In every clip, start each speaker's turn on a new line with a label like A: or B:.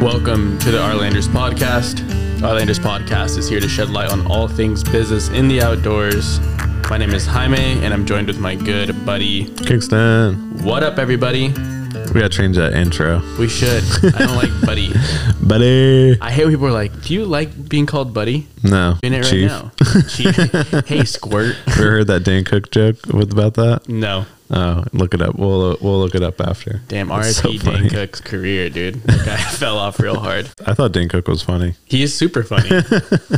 A: welcome to the Arlanders podcast. Arlanders podcast is here to shed light on all things business in the outdoors. My name is Jaime, and I'm joined with my good buddy.
B: Kingston,
A: What up, everybody?
B: we gotta change that intro.
A: We should. I don't like buddy.
B: Buddy.
A: I hate when people are like, "Do you like being called buddy?"
B: No.
A: In it
B: Chief.
A: right now. Chief. hey, squirt.
B: Ever heard that Dan Cook joke with about that?
A: No.
B: Oh, look it up. We'll we'll look it up after.
A: Damn,
B: It's so
A: RIP Dan
B: funny.
A: Cook's career, dude. That guy fell off real hard.
B: I thought Dan Cook was funny.
A: He is super funny.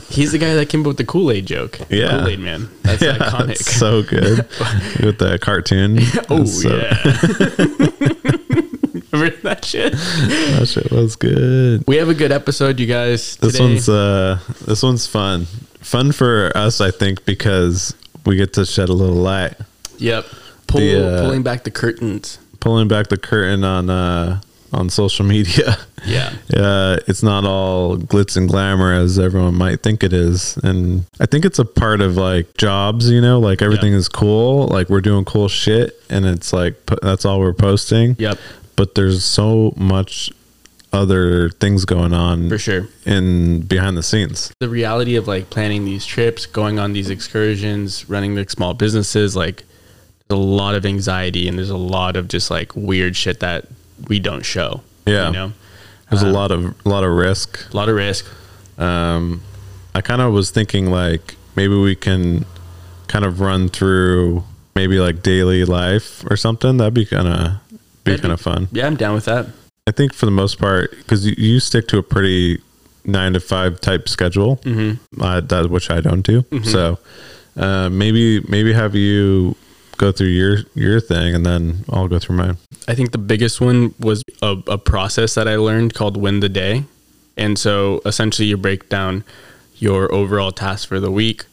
A: He's the guy that came up with the Kool Aid joke.
B: Yeah.
A: Kool Aid man. That's iconic.
B: it's so good with the cartoon.
A: oh
B: It's so-
A: yeah. Remember that shit?
B: that shit was good.
A: We have a good episode, you guys.
B: This
A: today.
B: one's uh, this one's fun. Fun for us, I think, because we get to shed a little light,
A: yep. Pull,
B: the, uh,
A: pulling back the curtains.
B: pulling back the curtain on uh, on social media.
A: Yeah.
B: uh, it's not all glitz and glamour as everyone might think it is. And I think it's a part of like jobs, you know, like everything is cool, like we're doing cool shit, and it's like p- that's all we're posting.
A: Yep.
B: But there's so much other things going on
A: For sure.
B: in behind the scenes.
A: The reality of like planning these trips, going on these excursions, running the small businesses, like there's a lot of anxiety and there's a lot of just like weird shit that we don't show.
B: Yeah.
A: You know?
B: There's
A: Uh,
B: a lot of a lot of risk.
A: A lot of risk.
B: Um, I kind of was thinking like maybe we can kind of run through maybe like daily life or something. That'd be kind of be
A: That'd be-
B: kind of fun.
A: Yeah, I'm down with that.
B: I think for the most part, because you, you stick to a pretty nine to five type schedule, mm-hmm. uh, that which I don't do.
A: Mm-hmm.
B: So uh, maybe maybe have you go through your your thing, and then I'll go through mine.
A: I think the biggest one was a, a process that I learned called win the day. And so essentially you break down your overall task for the week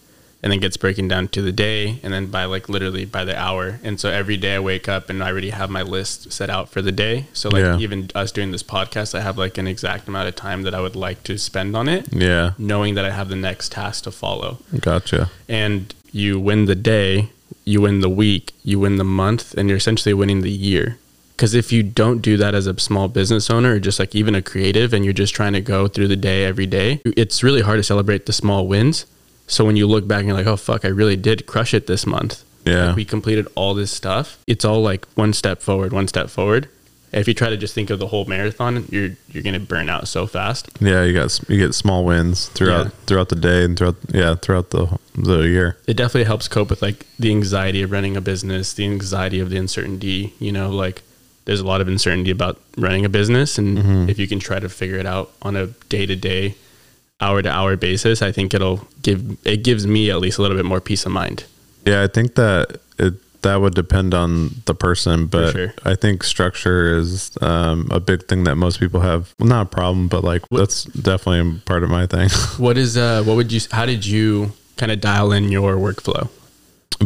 A: and then gets breaking down to the day and then by like literally by the hour. And so every day I wake up and I already have my list set out for the day. So like
B: Yeah.
A: even us doing this podcast, I have like an exact amount of time that I would like to spend on it,
B: Yeah,
A: knowing that I have the next task to follow
B: gotcha.
A: and you win the day, you win the week, you win the month, and you're essentially winning the year. Because if you don't do that as a small business owner or just like even a creative and you're just trying to go through the day every day, it's really hard to celebrate the small wins. So when you look back and you're like, oh, fuck, I really did crush it this month.
B: Yeah.
A: Like we completed all this stuff. It's all like one step forward, one step forward. If you try to just think of the whole marathon, you're you're gonna burn out so fast.
B: Yeah, you got s- you get small wins throughout
A: Yeah.
B: throughout the day and throughout yeah throughout the the year.
A: it definitely helps cope with like the anxiety of running a business, the anxiety of the uncertainty. You know, like there's a lot of uncertainty about running a business, and if you can try to figure it out on a day to day, hour to hour basis, I think it'll give it gives me at least a little bit more peace of mind.
B: Yeah, I think that it that would depend on the person, but
A: sure.
B: I think structure is um, a big thing that most people have. Well, not a problem, but like that's definitely a part of my thing.
A: What is uh? What would you? How did you kind of dial in your workflow?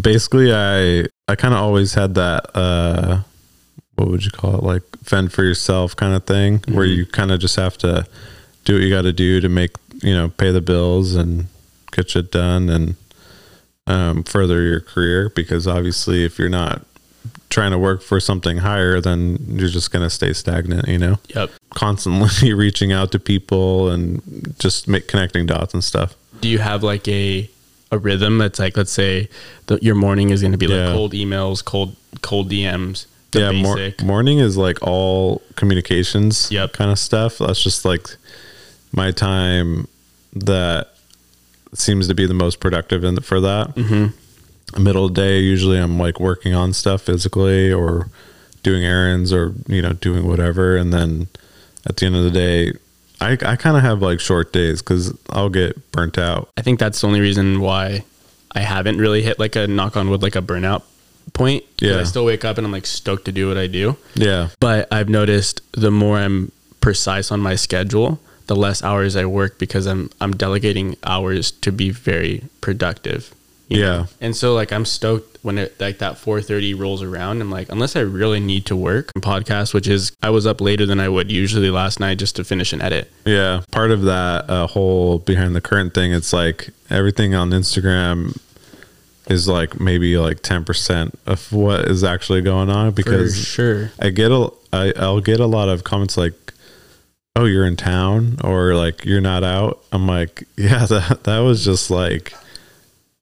B: Basically, I I kind of always had that uh, what would you call it? Like fend for yourself kind of thing, where you kind of just have to do what you got to do to make you know pay the bills and get shit done and um, further your career. Because obviously, if you're not trying to work for something higher, then you're just gonna stay stagnant. You know,
A: Yep.
B: constantly reaching out to people and just make connecting dots and stuff.
A: do you have like a a rhythm that's like let's say the, your morning is going to be like
B: Yeah.
A: cold emails cold cold dms the
B: yeah, mor-
A: basic.
B: morning is like all communications
A: Yep.
B: kind of stuff. That's just like my time that seems to be the most productive in for that. Mm-hmm. Middle of day, usually I'm like working on stuff physically or doing errands or you know doing whatever, and then at the end of the day, I I kind of have like short days because I'll get burnt out.
A: I think that's the only reason why I haven't really hit like a knock on wood, like a burnout point. 'Cause
B: Yeah.
A: I still wake up and I'm like stoked to do what I do.
B: Yeah,
A: But I've noticed the more I'm precise on my schedule, the less hours I work because I'm I'm delegating hours to be very productive. you
B: Yeah.
A: And so like I'm stoked when it like that 4:30 rolls around. I'm like, unless I really need to work podcast, which is I was up later than I would usually last night just to finish an edit.
B: Yeah, part of that uh, whole behind the current thing, it's like everything on Instagram is like maybe like ten percent of what is actually going on
A: For
B: because
A: sure.
B: I get a I, I'll get a lot of comments like oh you're in town or like you're not out i'm like yeah that, that was just like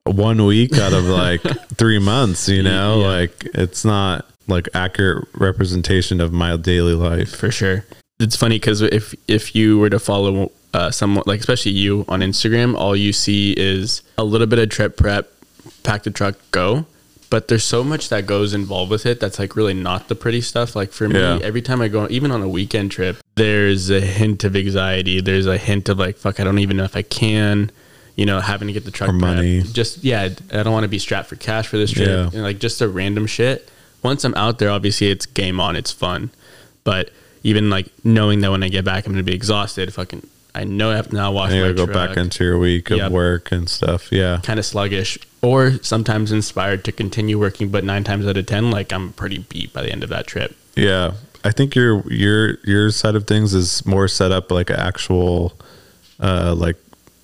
B: one week out of like three months you know
A: Yeah.
B: like it's not like accurate representation of my daily life
A: for sure. It's funny because if if you were to follow uh, someone like especially you on Instagram, all you see is a little bit of trip prep, pack the truck, go. But there's so much that goes involved with it that's like really not the pretty stuff. Like for me,
B: Yeah.
A: every time I go, even on a weekend trip, there's a hint of anxiety. There's a hint of like, fuck, I don't even know if I can. You know, having to get the truck
B: Or
A: prep.
B: money.
A: Just yeah, I don't want to be strapped for cash for this trip.
B: Yeah.
A: And like just the random shit. Once I'm out there, obviously it's game on. It's fun but even like knowing that when I get back, I'm gonna be exhausted. Fucking, I know I have to now wash
B: and you
A: my
B: gotta go
A: truck.
B: back into your week of
A: Yep.
B: work and stuff yeah
A: kind of sluggish, or sometimes inspired to continue working. But nine times out of ten, like I'm pretty beat by the end of that trip.
B: yeah i think your your your side of things is more set up like an actual uh like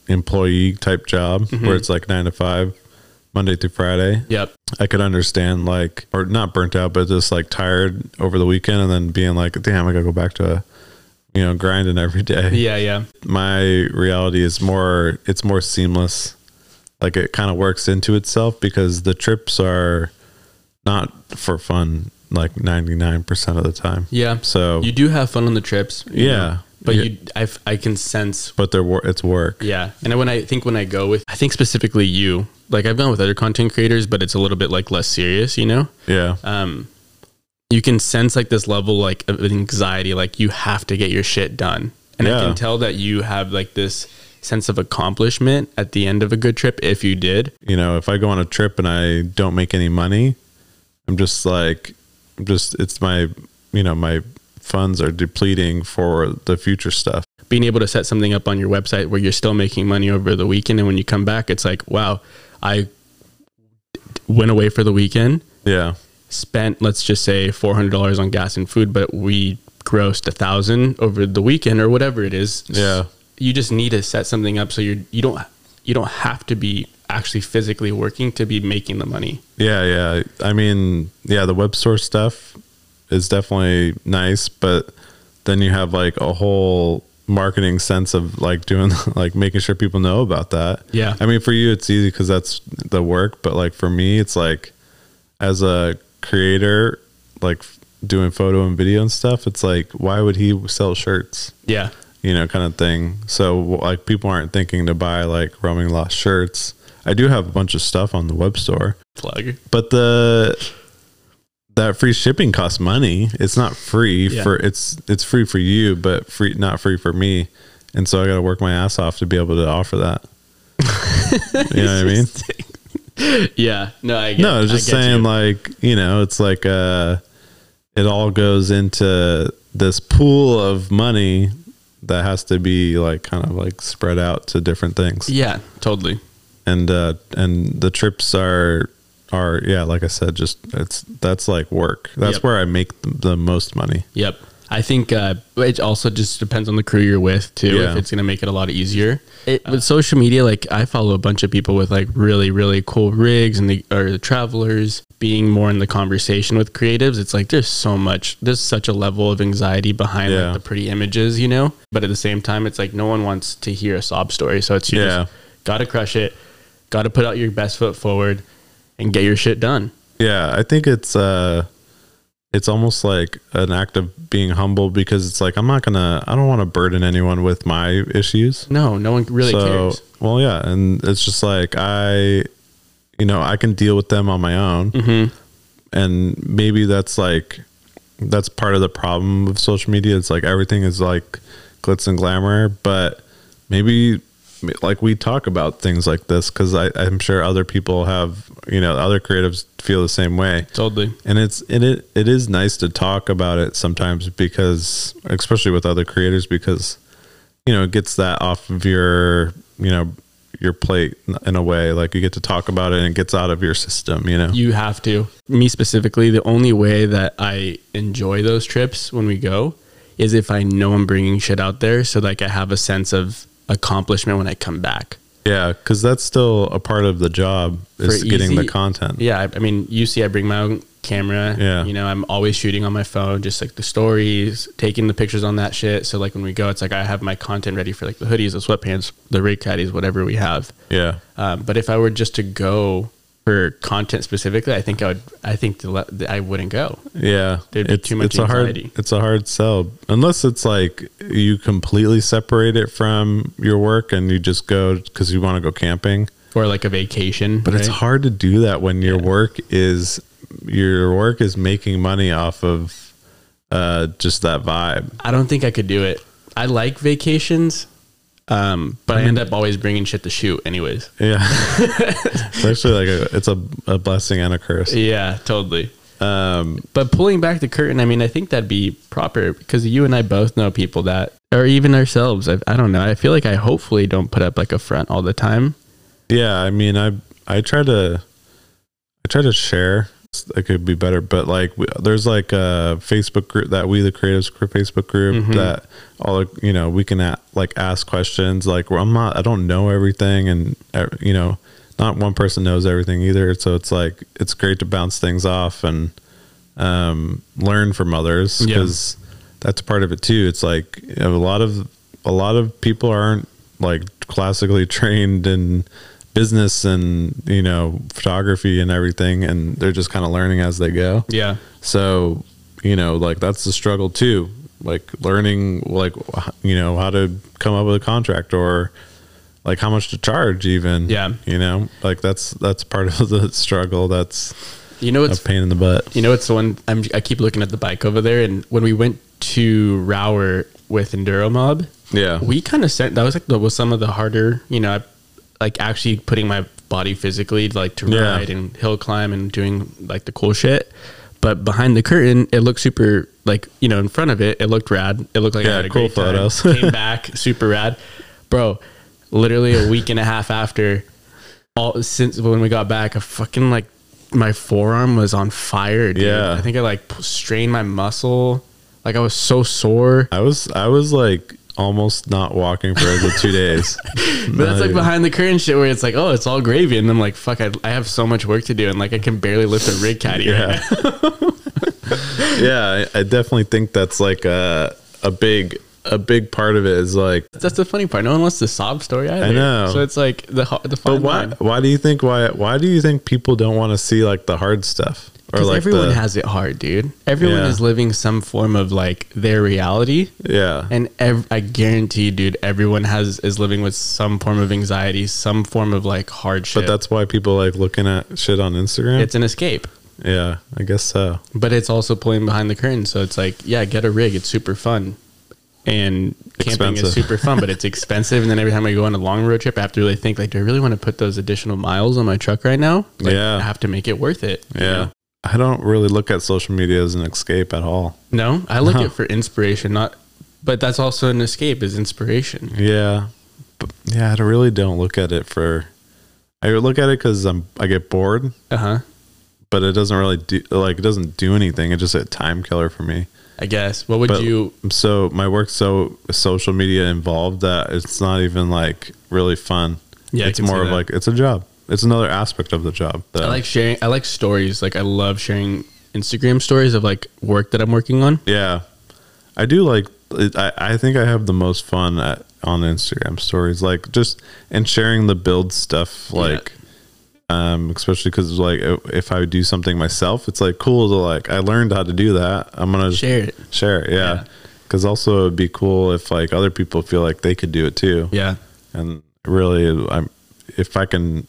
B: employee type job where it's like nine to five monday through friday
A: Yep.
B: I could understand like or not burnt out, but just like tired over the weekend and then being like, damn, I gotta go back to you know, grinding every day.
A: Yeah. Yeah.
B: My reality is more it's more seamless. Like it kind of works into itself because the trips are not for fun like ninety nine percent of the time.
A: Yeah.
B: So
A: you do have fun on the trips. you
B: Yeah.
A: know, but
B: Yeah.
A: you, I, f- I can sense
B: but they're wor- it's work.
A: Yeah. And when I think when I go with, I think specifically you, like I've gone with other content creators, but it's a little bit like less serious, you know?
B: Yeah.
A: Um, you can sense like this level like of anxiety, like you have to get your shit done. And I
B: Yeah.
A: can tell that you have like this sense of accomplishment at the end of a good trip if you did.
B: you know, if I go on a trip and I don't make any money, I'm just like, I'm just, it's my, you know, my funds are depleting for the future stuff.
A: Being able to set something up on your website where you're still making money over the weekend and when you come back it's like, wow, I went away for the weekend
B: Yeah.
A: spent let's just say four hundred dollars on gas and food, but we grossed a thousand over the weekend or whatever it is.
B: Yeah.
A: you just need to set something up so you're you don't you don't have to be actually physically working to be making the money.
B: Yeah. Yeah. I mean, yeah, the web store stuff is definitely nice, but then you have like a whole marketing sense of like doing, like making sure people know about that.
A: Yeah.
B: I mean, for you, it's easy because that's the work. But like for me, it's like as a creator, like f- doing photo and video and stuff, it's like, why would he sell shirts?
A: Yeah,
B: You know, kind of thing. So like people aren't thinking to buy like roaming lost shirts. I do have a bunch of stuff on the web store,
A: plug.
B: but the that free shipping costs money. It's not free
A: Yeah.
B: for it's it's free for you, but free not free for me. And so I got to work my ass off to be able to offer that. you know what I mean?
A: Yeah, no, I get,
B: no, I was just
A: get
B: saying,
A: you.
B: like you know, it's like uh, it all goes into this pool of money that has to be like kind of like spread out to different things,
A: yeah, totally.
B: and uh, and the trips are are yeah, like I said, just it's that's like work. That's
A: Yep.
B: where I make the, the most money.
A: Yep. I think uh, it also just depends on the crew you're with too.
B: Yeah.
A: If it's going to make it a lot easier. Uh, with social media, like I follow a bunch of people with like really really cool rigs and the or the travelers being more in the conversation with creatives. It's like there's so much. There's such a level of anxiety behind
B: Yeah.
A: like, the pretty images, you know. But at the same time, it's like no one wants to hear a sob story. So it's you
B: Yeah.
A: just got to crush it. Got to put out your best foot forward and get your shit done.
B: Yeah, I think it's uh it's almost like an act of being humble because it's like I'm not gonna I don't want to burden anyone with my issues.
A: No, no one really cares.
B: Well, yeah, and it's just like I, you know, I can deal with them on my own, and maybe that's like that's part of the problem of social media. It's like everything is like glitz and glamour, but maybe like we talk about things like this because I'm sure other people have, you know, other creatives feel the same way
A: Totally.
B: and it's and it it is nice to talk about it sometimes because especially with other creators because you know it gets that off of your you know your plate in a way like you get to talk about it and it gets out of your system you know
A: You have to. Me specifically, the only way that I enjoy those trips when we go is if I know I'm bringing shit out there. So, like, I have a sense of accomplishment when I come back.
B: yeah because that's still a part of the job is
A: For
B: getting
A: easy-
B: the content
A: Yeah. I, I mean, you see, I bring my own camera.
B: Yeah.
A: You know, I'm always shooting on my phone, just like the stories, taking the pictures on that shit. So like when we go, it's like I have my content ready for like the hoodies, the sweatpants, the rig caddies, whatever we have.
B: Yeah.
A: Um, but if I were just to go for content specifically, I think I would. I think the, le- I wouldn't go.
B: Yeah,
A: There'd be
B: it's,
A: too much
B: it's a hard
A: anxiety.
B: it's a hard sell unless it's like you completely separate it from your work and you just go because you want to go camping.
A: Or like a vacation.
B: But it's
A: right?
B: hard to do that when your work is your work is making money off of uh, just that vibe.
A: I don't think I could do it. I like vacations, um, but I end up always bringing shit to shoot, anyways.
B: Yeah, it's actually like a, it's a, a blessing and a curse.
A: Yeah, totally. Um, but pulling back the curtain, I mean, I think that'd be proper because you and I both know people that, or even ourselves. I, I don't know. I feel like I hopefully don't put up like a front all the time.
B: yeah i mean i i try to i try to share it could be better but like we, there's like a facebook group that we the creatives group facebook group that all the- you know we can a like ask questions like well, i'm not i don't know everything and uh, you know not one person knows everything either so it's like it's great to bounce things off and um learn from others
A: Yeah.
B: because that's part of it too it's like you know, a lot of a lot of people aren't like classically trained in business and you know photography and everything and they're just kind of learning as they go
A: Yeah.
B: so you know like that's the struggle too like learning like you know how to come up with a contract or like how much to charge even
A: Yeah.
B: you know like that's that's part of the struggle that's
A: You know,
B: a
A: it's
B: pain in the butt
A: You know, it's the one I'm, I keep looking at the bike over there. And when we went to Rower with Enduro Mob,
B: yeah
A: we kind of sent that was like the, was some of the harder, you know, like actually putting my body physically like to
B: Yeah.
A: ride and hill climb and doing like the cool shit. But behind the curtain, it looked super like you know in front of it, it looked rad. It looked like I
B: Yeah,
A: had a
B: cool
A: great time.
B: photos.
A: Came back super rad, bro. Literally a week and a half after, all since when we got back, a fucking like my forearm was on fire. Dude.
B: Yeah.
A: I think I like p- strained my muscle. Like I was so sore.
B: I was I was like almost not walking for the two days.
A: But that's like behind the curtain shit where it's like, oh, it's all gravy, and I'm like, fuck, I, I have so much work to do, and like I can barely lift a rig caddy. right
B: Yeah. yeah, I, I definitely think that's like a a big a big part of it is like
A: now. That's the funny part. No one wants the sob story either.
B: know.
A: So it's like the ho- the
B: but
A: fine
B: why
A: line.
B: why do you think why why do you think people don't want to see like the hard stuff or
A: 'Cause
B: like
A: everyone
B: the,
A: has it hard, dude. Everyone
B: Yeah.
A: is living some form of like their reality,
B: yeah
A: and ev- I guarantee, dude, everyone has is living with some form of anxiety, some form of like hardship.
B: but that's why people like looking at shit on Instagram.
A: it's an escape.
B: yeah, I guess so.
A: but it's also pulling behind the curtain. So it's like, yeah, get a rig. It's super fun. And camping
B: Expensive.
A: is super fun, but it's expensive. and then every time I go on a long road trip, I have to really think like, do I really want to put those additional miles on my truck right now? Like,
B: Yeah.
A: I have to make it worth it. you
B: Yeah.
A: know?
B: I don't really look at social media as an escape at all.
A: No, I look
B: No.
A: at it for inspiration, not, but that's also an escape is inspiration.
B: Yeah, but yeah, I really don't look at it for. I look at it because I'm I get bored,
A: Uh huh.
B: but it doesn't really do like it doesn't do anything. It's just a time killer for me.
A: I guess. What would
B: But
A: you,
B: so my work's so social media involved that it's not even like really fun.
A: Yeah, I
B: it's
A: can see
B: more of
A: that.
B: like it's a job. It's another aspect of the job. Though.
A: I like sharing, I like stories. Like I love sharing Instagram stories of like work that I'm working on.
B: Yeah, I do like. it- I I think I have the most fun at, on Instagram stories, like just and sharing the build stuff, like. Um, especially because like i- if I do something myself, it's like cool to like I learned how to do that. I'm gonna just
A: Share it.
B: share it, yeah.
A: Yeah.
B: Because also it'd be cool if like other people feel like they could do it too.
A: Yeah.
B: And really, I'm if I can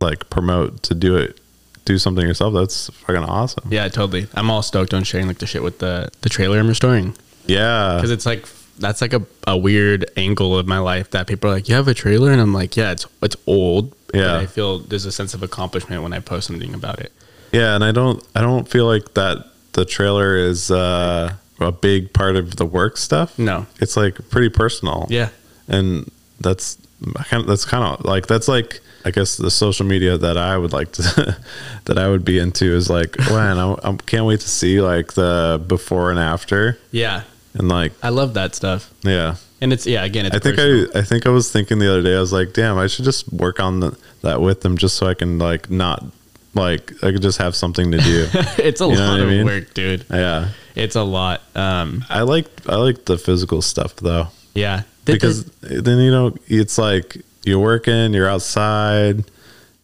B: like promote to do it, do something yourself. That's fucking awesome.
A: Yeah, totally. I'm all stoked on sharing like the shit with the, the trailer I'm restoring.
B: Yeah,
A: because it's like that's like a, a weird angle of my life that people are like, "You have a trailer," and I'm like, "Yeah, it's it's old." but
B: Yeah.
A: I feel there's a sense of accomplishment when I post something about it.
B: Yeah, and I don't I don't feel like that the trailer is uh, a big part of the work stuff.
A: No,
B: It's like pretty personal.
A: yeah,
B: And that's kind of that's kind of like that's like I guess the social media that I would like to that I would be into is like man I, I can't wait to see like the before and after
A: yeah,
B: and like
A: I love that stuff,
B: yeah
A: and it's yeah, again, it's
B: I think
A: personal.
B: I I think I was thinking the other day I was like damn I should just work on the, that with them just so I can like not like I could just have something to do.
A: it's a
B: You know
A: lot
B: what I
A: of
B: mean?
A: work, dude.
B: yeah.
A: It's a lot. Um,
B: I like I like the physical stuff though.
A: yeah. Th- th-
B: because then you know it's like you're working, you're outside,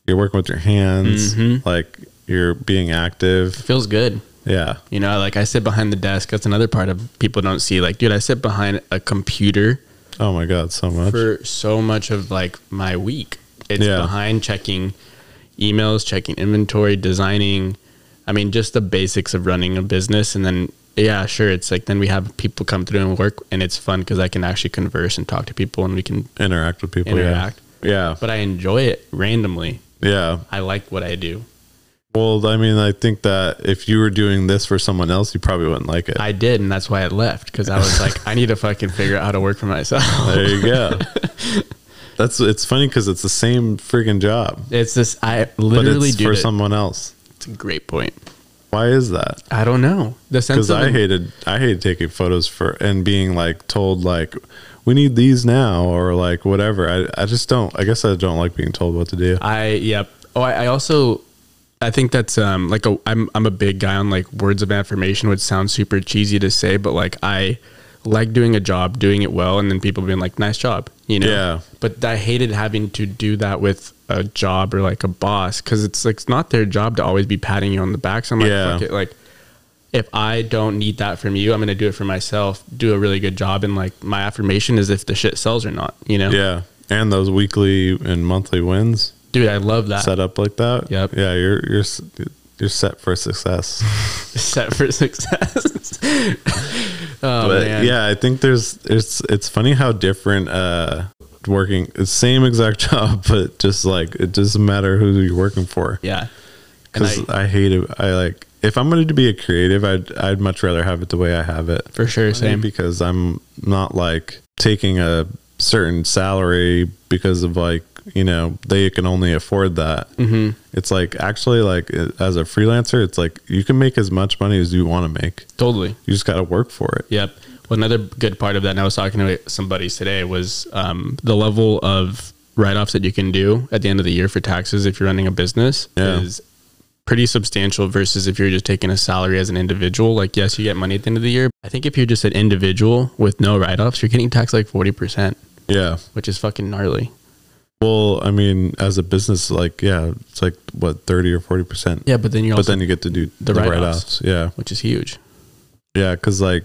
B: you're working with your hands,
A: Mm-hmm.
B: like you're being active.
A: feels good.
B: Yeah.
A: You know, like I sit behind the desk. That's another part of people don't see. Like, dude, I sit behind a computer
B: Oh my god, so much.
A: for so much of like my week. It's
B: Yeah.
A: behind checking emails, checking inventory, designing. I mean, just the basics of running a business. And then, yeah, sure. It's like then we have people come through and work, and it's fun because I can actually converse and talk to people, and we can.
B: interact with people.
A: Interact.
B: Yeah.
A: But I enjoy it randomly.
B: Yeah. Yeah.
A: I like what I do.
B: Well, I mean, I think that if you were doing this for someone else, you probably wouldn't like it.
A: I did, and that's why I left because I was like, I need to fucking figure out how to work for myself.
B: there you go. That's it's funny because it's the same freaking job,
A: It's this. I
B: but
A: literally
B: it's
A: do.
B: for
A: it.
B: someone else.
A: it's a great point.
B: Why is that?
A: I don't know the sense
B: because
A: of
B: I hated I hated taking photos for and being like told like we need these now or like whatever. I I just don't. I guess I don't like being told what to do.
A: I yep. Oh, I, I also I think that's um like a I'm I'm a big guy on like words of affirmation which sounds super cheesy to say, but like I like doing a job, doing it well, and then people being like, "Nice job," you know.
B: Yeah.
A: But I hated having to do that with a job or like a boss because it's like it's not their job to always be patting you on the back. So I'm like,
B: Yeah.
A: fuck it, like. If I don't need that from you, I'm gonna do it for myself. Do a really good job, and like my affirmation is if the shit sells or not. You know,
B: Yeah, and those weekly and monthly wins
A: dude, I love that.
B: set up like that.
A: Yep.
B: Yeah, you're you're s- you're set for success.
A: set for success. oh
B: but
A: man,
B: yeah, I think there's it's it's funny how different uh working same exact job, but just like it doesn't matter who you're working for.
A: yeah. And
B: because
A: I,
B: I, hate it. I like if I'm going to be a creative, I'd I'd much rather have it the way I have it.
A: for sure, same.
B: because I'm not like taking a certain salary because of like you know they can only afford that. Mm-hmm. It's like actually like as a freelancer, it's like you can make as much money as you want to make.
A: Totally.
B: You just got to work for it.
A: Yep. Well, another good part of that, and I was talking to somebody today, was um, the level of write offs that you can do at the end of the year for taxes if you're running a business
B: Yeah.
A: is pretty substantial versus if you're just taking a salary as an individual. Like, yes, you get money at the end of the year. I think if you're just an individual with no write offs, you're getting taxed like 40%,
B: Yeah.
A: which is fucking gnarly.
B: Well, I mean, as a business, like yeah, it's like what thirty or forty percent.
A: Yeah, but then you're
B: But
A: also,
B: then you get to do
A: the
B: the,
A: write-offs.
B: write-offs. Yeah.
A: which is huge.
B: Yeah, because like,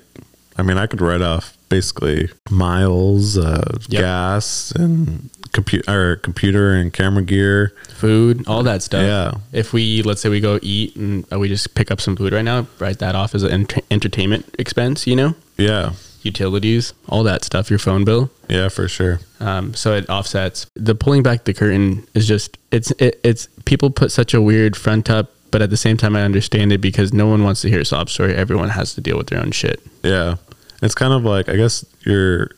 B: I mean, I could write off basically miles, uh,
A: Yep.
B: gas, and computer, or computer and camera gear.
A: food, all that stuff.
B: Yeah.
A: If we let's say we go eat and uh, we just pick up some food right now, write that off as an ent- entertainment expense. You know,
B: Yeah,
A: utilities, all that stuff, your phone bill.
B: yeah, for sure.
A: Um, so it offsets. The pulling back the curtain is just it's it, it's people put such a weird front up, but at the same time I understand it because no one wants to hear a sob story. Everyone has to deal with their own shit.
B: Yeah, it's kind of like I guess you're,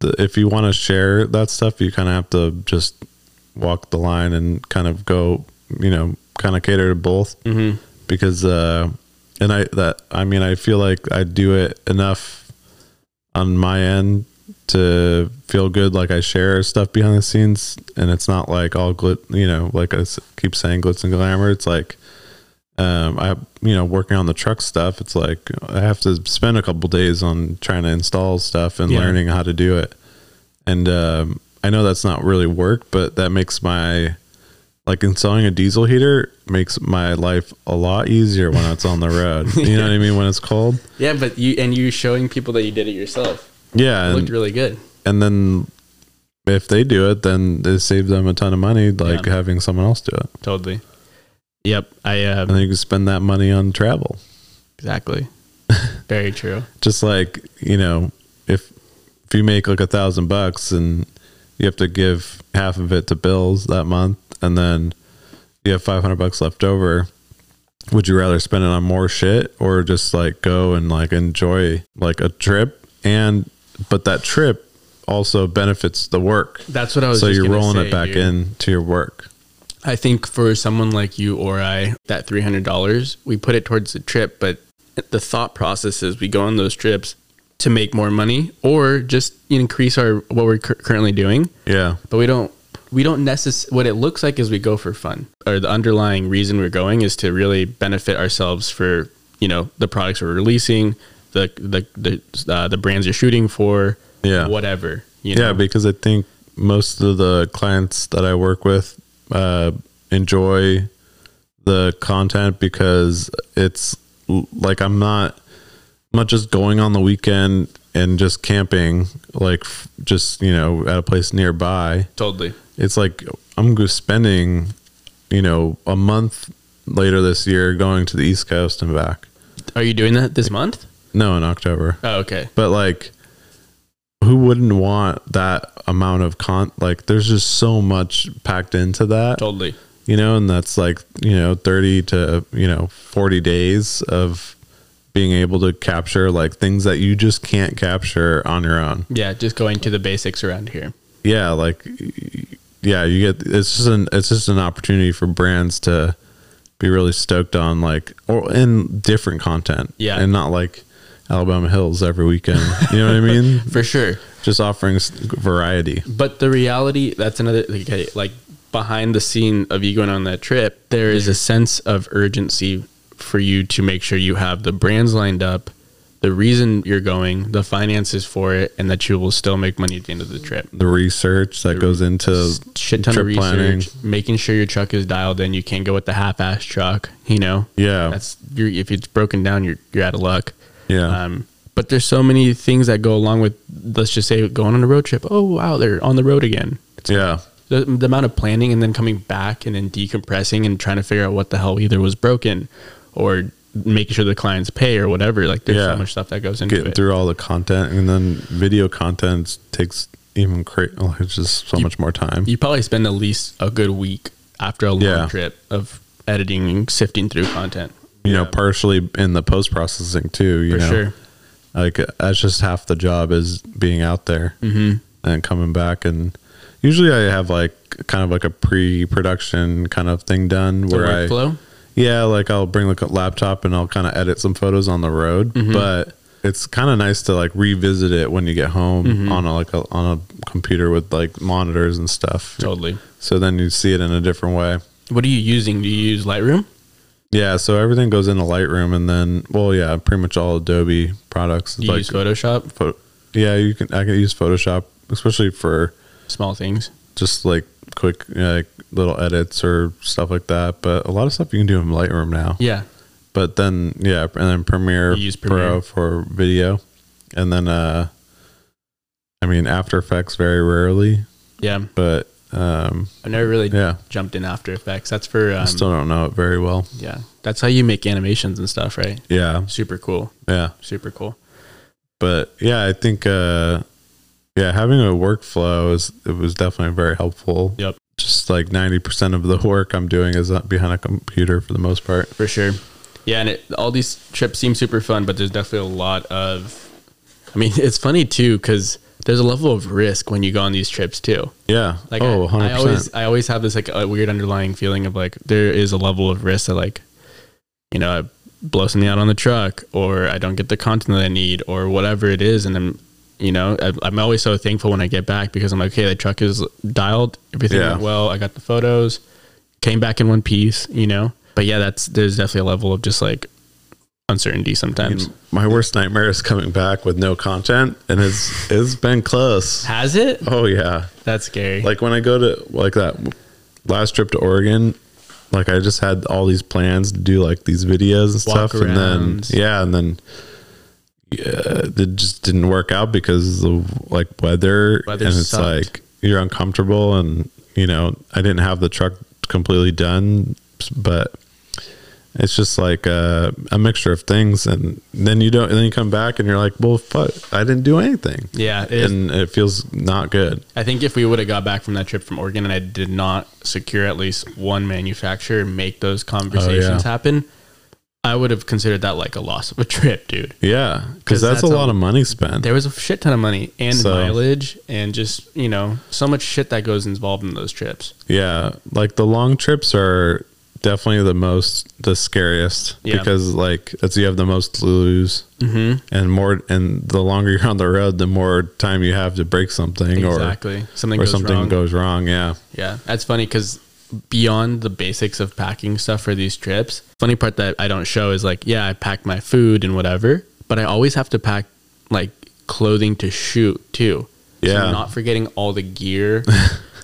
B: the, if you want to share that stuff, you kind of have to just walk the line and kind of go, you know, kind of cater to both.
A: Mm-hmm.
B: because uh and i that i mean i feel like i do it enough on my end to feel good like i share stuff behind the scenes and it's not like all glit you know like i s- keep saying glitz and glamour it's like um i you know working on the truck stuff it's like i have to spend a couple days on trying to install stuff and
A: Yeah.
B: learning how to do it and um i know that's not really work but that makes my like installing a diesel heater makes my life a lot easier when it's on the road. You know what I mean? When it's cold.
A: Yeah, but you and you showing people that you did it yourself
B: Yeah. And,
A: looked really good.
B: and then if they do it, then they save them a ton of money, like
A: Yeah.
B: having someone else do it.
A: Totally. Yep. I
B: And
A: uh,
B: then you can spend that money on travel.
A: exactly. Very true.
B: Just like, you know, if, if you make like a thousand bucks and you have to give half of it to bills that month and then you have 500 bucks left over, would you rather spend it on more shit or just like go and like enjoy like a trip and but that trip also benefits the work
A: That's what I was.
B: so
A: just
B: you're
A: gonna
B: rolling
A: say,
B: it back
A: dude.
B: in to your work
A: I think for someone like you or I, that three hundred dollars, we put it towards the trip, but the thought process is we go on those trips to make more money or just increase our what we're cur- currently doing,
B: yeah
A: but we don't we don't necess what it looks like is we go for fun or the underlying reason we're going is to really benefit ourselves for you know the products we're releasing the the the, uh, the brands you're shooting for
B: Yeah.
A: whatever you
B: yeah,
A: know
B: because I think most of the clients that I work with uh, enjoy the content because it's l- like I'm not I'm not just going on the weekend and just camping like f- just you know at a place nearby.
A: totally
B: It's like I'm go- spending you know a month later this year going to the East Coast and back.
A: are you doing that this month
B: No, in October.
A: oh okay
B: but like who wouldn't want that amount of con like there's just so much packed into that
A: totally
B: you know and that's like you know 30 to you know 40 days of being able to capture like things that you just can't capture on your own
A: yeah just going to the basics around here
B: yeah like y- yeah you get it's just an it's just an opportunity for brands to be really stoked on like or in different content
A: Yeah.
B: and not like alabama hills every weekend you know what i mean
A: for sure
B: just offering s- variety.
A: But the reality, that's another, like, okay, like behind the scene of you going on that trip, there is a sense of urgency for you to make sure you have the brands lined up, the reason you're going, the finances for it, and that you will still make money at the end of the trip.
B: The research that goes into
A: Shit ton of
B: Trip
A: research,
B: planning.
A: making sure your truck is dialed in. You can't go with the half-ass truck, you know?
B: yeah,
A: That's, you're, if it's broken down, you're, you're out of luck.
B: yeah,
A: Um, but there's so many things that go along with, let's just say, going on a road trip. Oh, wow, they're on the road again
B: yeah,
A: the, the amount of planning and then coming back and then decompressing and trying to figure out what the hell either was broken or making sure the clients pay or whatever. Like there's
B: Yeah.
A: so much stuff that goes into
B: getting
A: it.
B: through all the content and then video content takes even cra- oh, it's just so much more time.
A: You probably spend at least a good week after a long
B: Yeah.
A: trip of editing and sifting through content.
B: you know, partially in the post processing too. You
A: For
B: know,
A: sure.
B: like that's just half the job is being out there
A: Mm-hmm.
B: and coming back and usually I have like kind of like a pre-production kind of thing done
A: The
B: where I
A: workflow.
B: Yeah, like I'll bring like a laptop and I'll kind of edit some photos on the road,
A: Mm-hmm.
B: but it's kind of nice to like revisit it when you get home
A: Mm-hmm.
B: on a, like a, on a computer with like monitors and stuff.
A: totally.
B: So then you see it in a different way.
A: What are you using? Do you use Lightroom?
B: Yeah, so everything goes into Lightroom and then well, yeah, pretty much all Adobe products.
A: Do you use Photoshop?
B: pho- yeah, you can I can use Photoshop especially for
A: Small things.
B: just like quick you know, like little edits or stuff like that, but a lot of stuff you can do in Lightroom now.
A: Yeah.
B: but then yeah and then premiere,
A: You use Premiere.
B: pro for video and then uh i mean after effects very rarely
A: Yeah.
B: but um
A: I never really
B: yeah
A: jumped in After Effects. That's for,
B: i
A: um,
B: still don't know it very well
A: yeah. That's how you make animations and stuff, right?
B: yeah
A: Super cool.
B: yeah
A: Super cool.
B: but yeah i think uh yeah having a workflow is it was definitely very helpful
A: Yep.
B: just like 90% of the work i'm doing is not behind a computer for the most part
A: For sure. Yeah, and it, all these trips seem super fun, but there's definitely a lot of. I mean, it's funny too because there's a level of risk when you go on these trips too.
B: yeah
A: Like,
B: oh
A: I, I
B: 100%
A: always, I always have this like a weird underlying feeling of like there is a level of risk that like, you know, I blow something out on the truck, or I don't get the content that I need, or whatever it is, and I'm. You know, I- I'm always so thankful when I get back because I'm like, okay, the truck is dialed, everything
B: Yeah.
A: went well. I got the photos, came back in one piece, you know. But yeah, that's there's definitely a level of just like uncertainty sometimes.
B: my worst nightmare is coming back with no content and it's it's been close
A: Has it?
B: oh yeah
A: That's scary.
B: like when I go to like that last trip to Oregon, like I just had all these plans to do like these videos and
A: Walk
B: stuff, and then
A: arounds.
B: yeah, and then yeah, it just didn't work out because of like weather,
A: Weather
B: and it's
A: sucked.
B: like you're uncomfortable, and you know I didn't have the truck completely done, but. It's just like a, a mixture of things, and then you don't. And then you come back, and you're like, "Well, fuck, I didn't do anything,"
A: yeah, it is
B: and it feels not good.
A: I think if we would have got back from that trip from Oregon and I did not secure at least one manufacturer and make those conversations happen, I would have considered that like a loss of a trip, dude.
B: Yeah,
A: 'Cause
B: because that's,
A: that's
B: a
A: a-
B: lot of money spent.
A: There was a shit ton of money and
B: So-
A: mileage and just, you know, so much shit that goes involved in those trips.
B: Yeah, like the long trips are definitely the most the scariest
A: Yeah.
B: because like it's you have the most to lose
A: Mm-hmm.
B: and more and the longer you're on the road the more time you have to break something
A: Exactly.
B: or
A: something
B: or
A: goes
B: something
A: wrong.
B: goes wrong yeah
A: Yeah, that's funny because beyond the basics of packing stuff for these trips, funny part that I don't show is like, yeah, I pack my food and whatever, but I always have to pack like clothing to shoot too.
B: Yeah.
A: so not forgetting all the gear,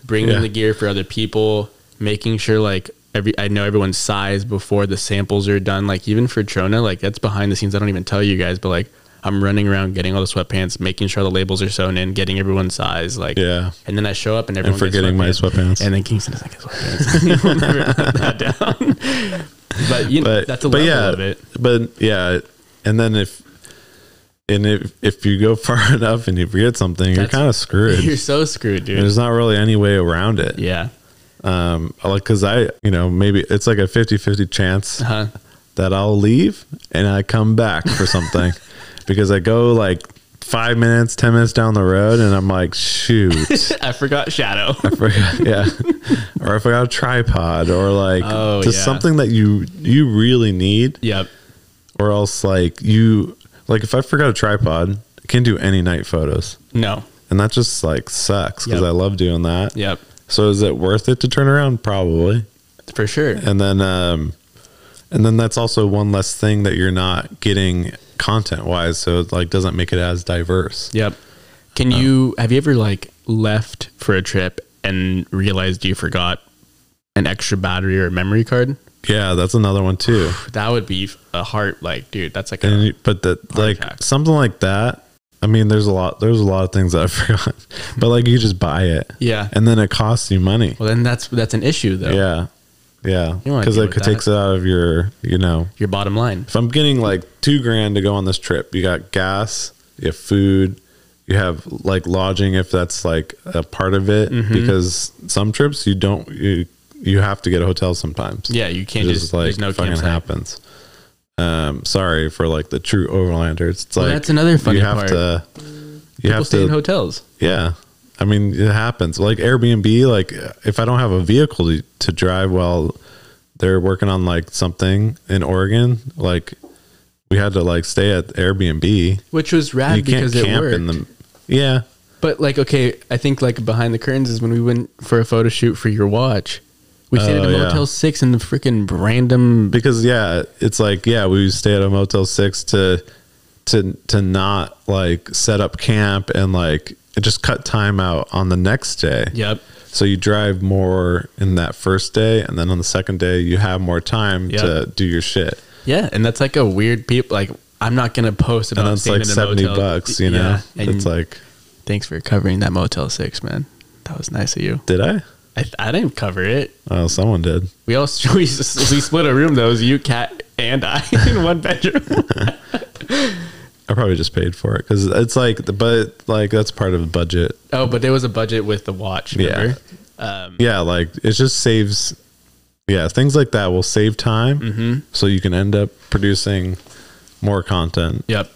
A: bringing
B: Yeah.
A: the gear for other people, making sure like every I know everyone's size before the samples are done. Like even for Trona, like that's behind the scenes. I don't even tell you guys, but like. I'm running around getting all the sweatpants, making sure the labels are sewn in, getting everyone's size, like,
B: Yeah.
A: And then I show up and everyone
B: and
A: gets
B: forgetting my sweatpants
A: and then Kingston doesn't get sweatpants. We'll never put that down. But you know,
B: but
A: that's a
B: but
A: level
B: yeah,
A: of it.
B: But yeah, and then if and if if you go far enough and you forget something, you're
A: That's-
B: kind of screwed.
A: You're so screwed, dude.
B: There's not really any way around it.
A: yeah.
B: Um, like because I, you know, maybe it's like a 50-50 chance
A: Uh-huh.
B: that I'll leave and I come back for something because I go like five minutes, ten minutes down the road, and I'm like, shoot.
A: I forgot Shadow.
B: forgot, yeah, or I forgot a tripod, or like
A: Oh,
B: just
A: yeah.
B: something that you you really need,
A: yep.
B: or else like you like if I forgot a tripod, I can't do any night photos,
A: No.
B: and that just like sucks because
A: Yep.
B: I love doing that.
A: Yep.
B: So is it worth it to turn around? Probably.
A: For sure.
B: And then um, and then that's also one less thing that you're not getting content wise, so it like doesn't make it as diverse.
A: Yep.
B: Oh.
A: Can you have you ever like left for a trip and realized you forgot an extra battery or memory card?
B: Yeah, that's another one too.
A: That would be a heart like, dude, that's like a
B: and you- but that like
A: attack.
B: something like that i mean there's a lot there's a lot of things that i forgot but like you just buy it
A: Yeah.
B: and then it costs you money
A: Well then that's that's an issue though.
B: yeah yeah
A: You wanna
B: because
A: deal
B: like it
A: with
B: takes it out of your you know
A: Your bottom line.
B: if i'm getting like two grand to go on this trip you got gas you have food you have like lodging if that's like a part of it
A: Mm-hmm.
B: because some trips you don't you you have to get a hotel sometimes
A: Yeah, you can't
B: just,
A: just,
B: like
A: there's no
B: fucking
A: campsite.
B: happens. Um, sorry for like the true overlanders. It's
A: Well,
B: like
A: that's another funny
B: you have
A: part.
B: to, you
A: People
B: have
A: stay in
B: to,
A: hotels.
B: yeah. I mean, it happens. Like Airbnb, like if I don't have a vehicle to, to drive, well, they're working on like something in Oregon. Like we had to like stay at Airbnb.
A: which was rad
B: you can't
A: because it
B: camp
A: worked.
B: in the yeah.
A: but like, okay, I think like behind the curtains is when we went for a photo shoot for your watch. We stayed at
B: Oh,
A: a
B: yeah.
A: Motel Six in the freaking random.
B: because yeah, it's like yeah, we stay at a Motel Six to to to not like set up camp and like just cut time out on the next day.
A: Yep.
B: So you drive more in that first day, and then on the second day you have more time
A: Yep.
B: to do your shit.
A: Yeah, and that's like a weird people. Like, I'm not gonna post about
B: And that's
A: staying Oh,
B: like
A: in a
B: seventy
A: motel.
B: bucks, you know.
A: Yeah, and
B: it's like,
A: thanks for covering that Motel Six, man. That was nice of you.
B: did I?
A: I, I didn't cover it.
B: Oh, someone did.
A: We all we, we split a room though. It was you, cat, and I in one bedroom.
B: I probably just paid for it because it's like, but like that's part of the budget.
A: oh, but there was a budget with the watch.
B: Yeah.
A: Remember? Um,
B: yeah like it just saves yeah things like that will save time
A: Mm-hmm.
B: so you can end up producing more content
A: Yep.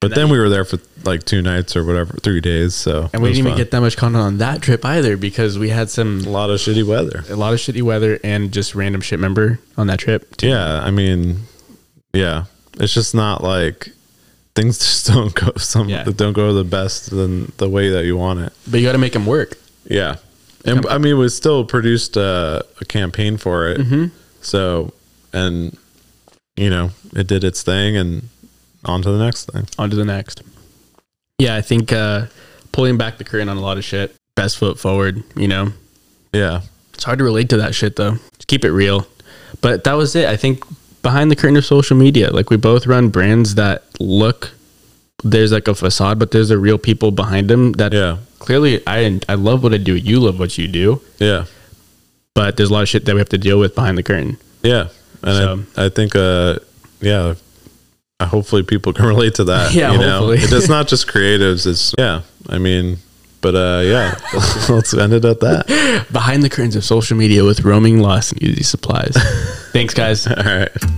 B: but then we were there for like two nights or whatever three days so
A: And we
B: it was
A: didn't even
B: fun.
A: get that much content on that trip either because we had some
B: a lot of shitty weather
A: a lot of shitty weather and just random shit member on that trip. too.
B: yeah i mean yeah it's just not like things just don't go some
A: Yeah.
B: don't go the best than the way that you want it
A: But you got to make them work.
B: yeah and i mean we still produced a, a campaign for
A: Mm-hmm.
B: it so and you know it did its thing and on to the next thing
A: On to the next. Yeah, I think uh, pulling back the curtain on a lot of shit. Best foot forward. You know,
B: Yeah.
A: it's hard to relate to that shit though. Just keep it real. But that was it. I think behind the curtain of social media, like we both run brands that look there's like a facade, but there's the real people behind them that
B: Yeah.
A: clearly I I love what I do. You love what you do.
B: Yeah.
A: but there's a lot of shit that we have to deal with behind the curtain.
B: Yeah. And I, I think, uh, yeah, uh, hopefully people can relate to that.
A: Yeah, hopefully.
B: It- it's not just creatives. It's, yeah. I mean, but, uh, yeah, let's end it at that.
A: Behind the curtains of social media with roaming loss and easy supplies. Thanks, guys.
B: All right.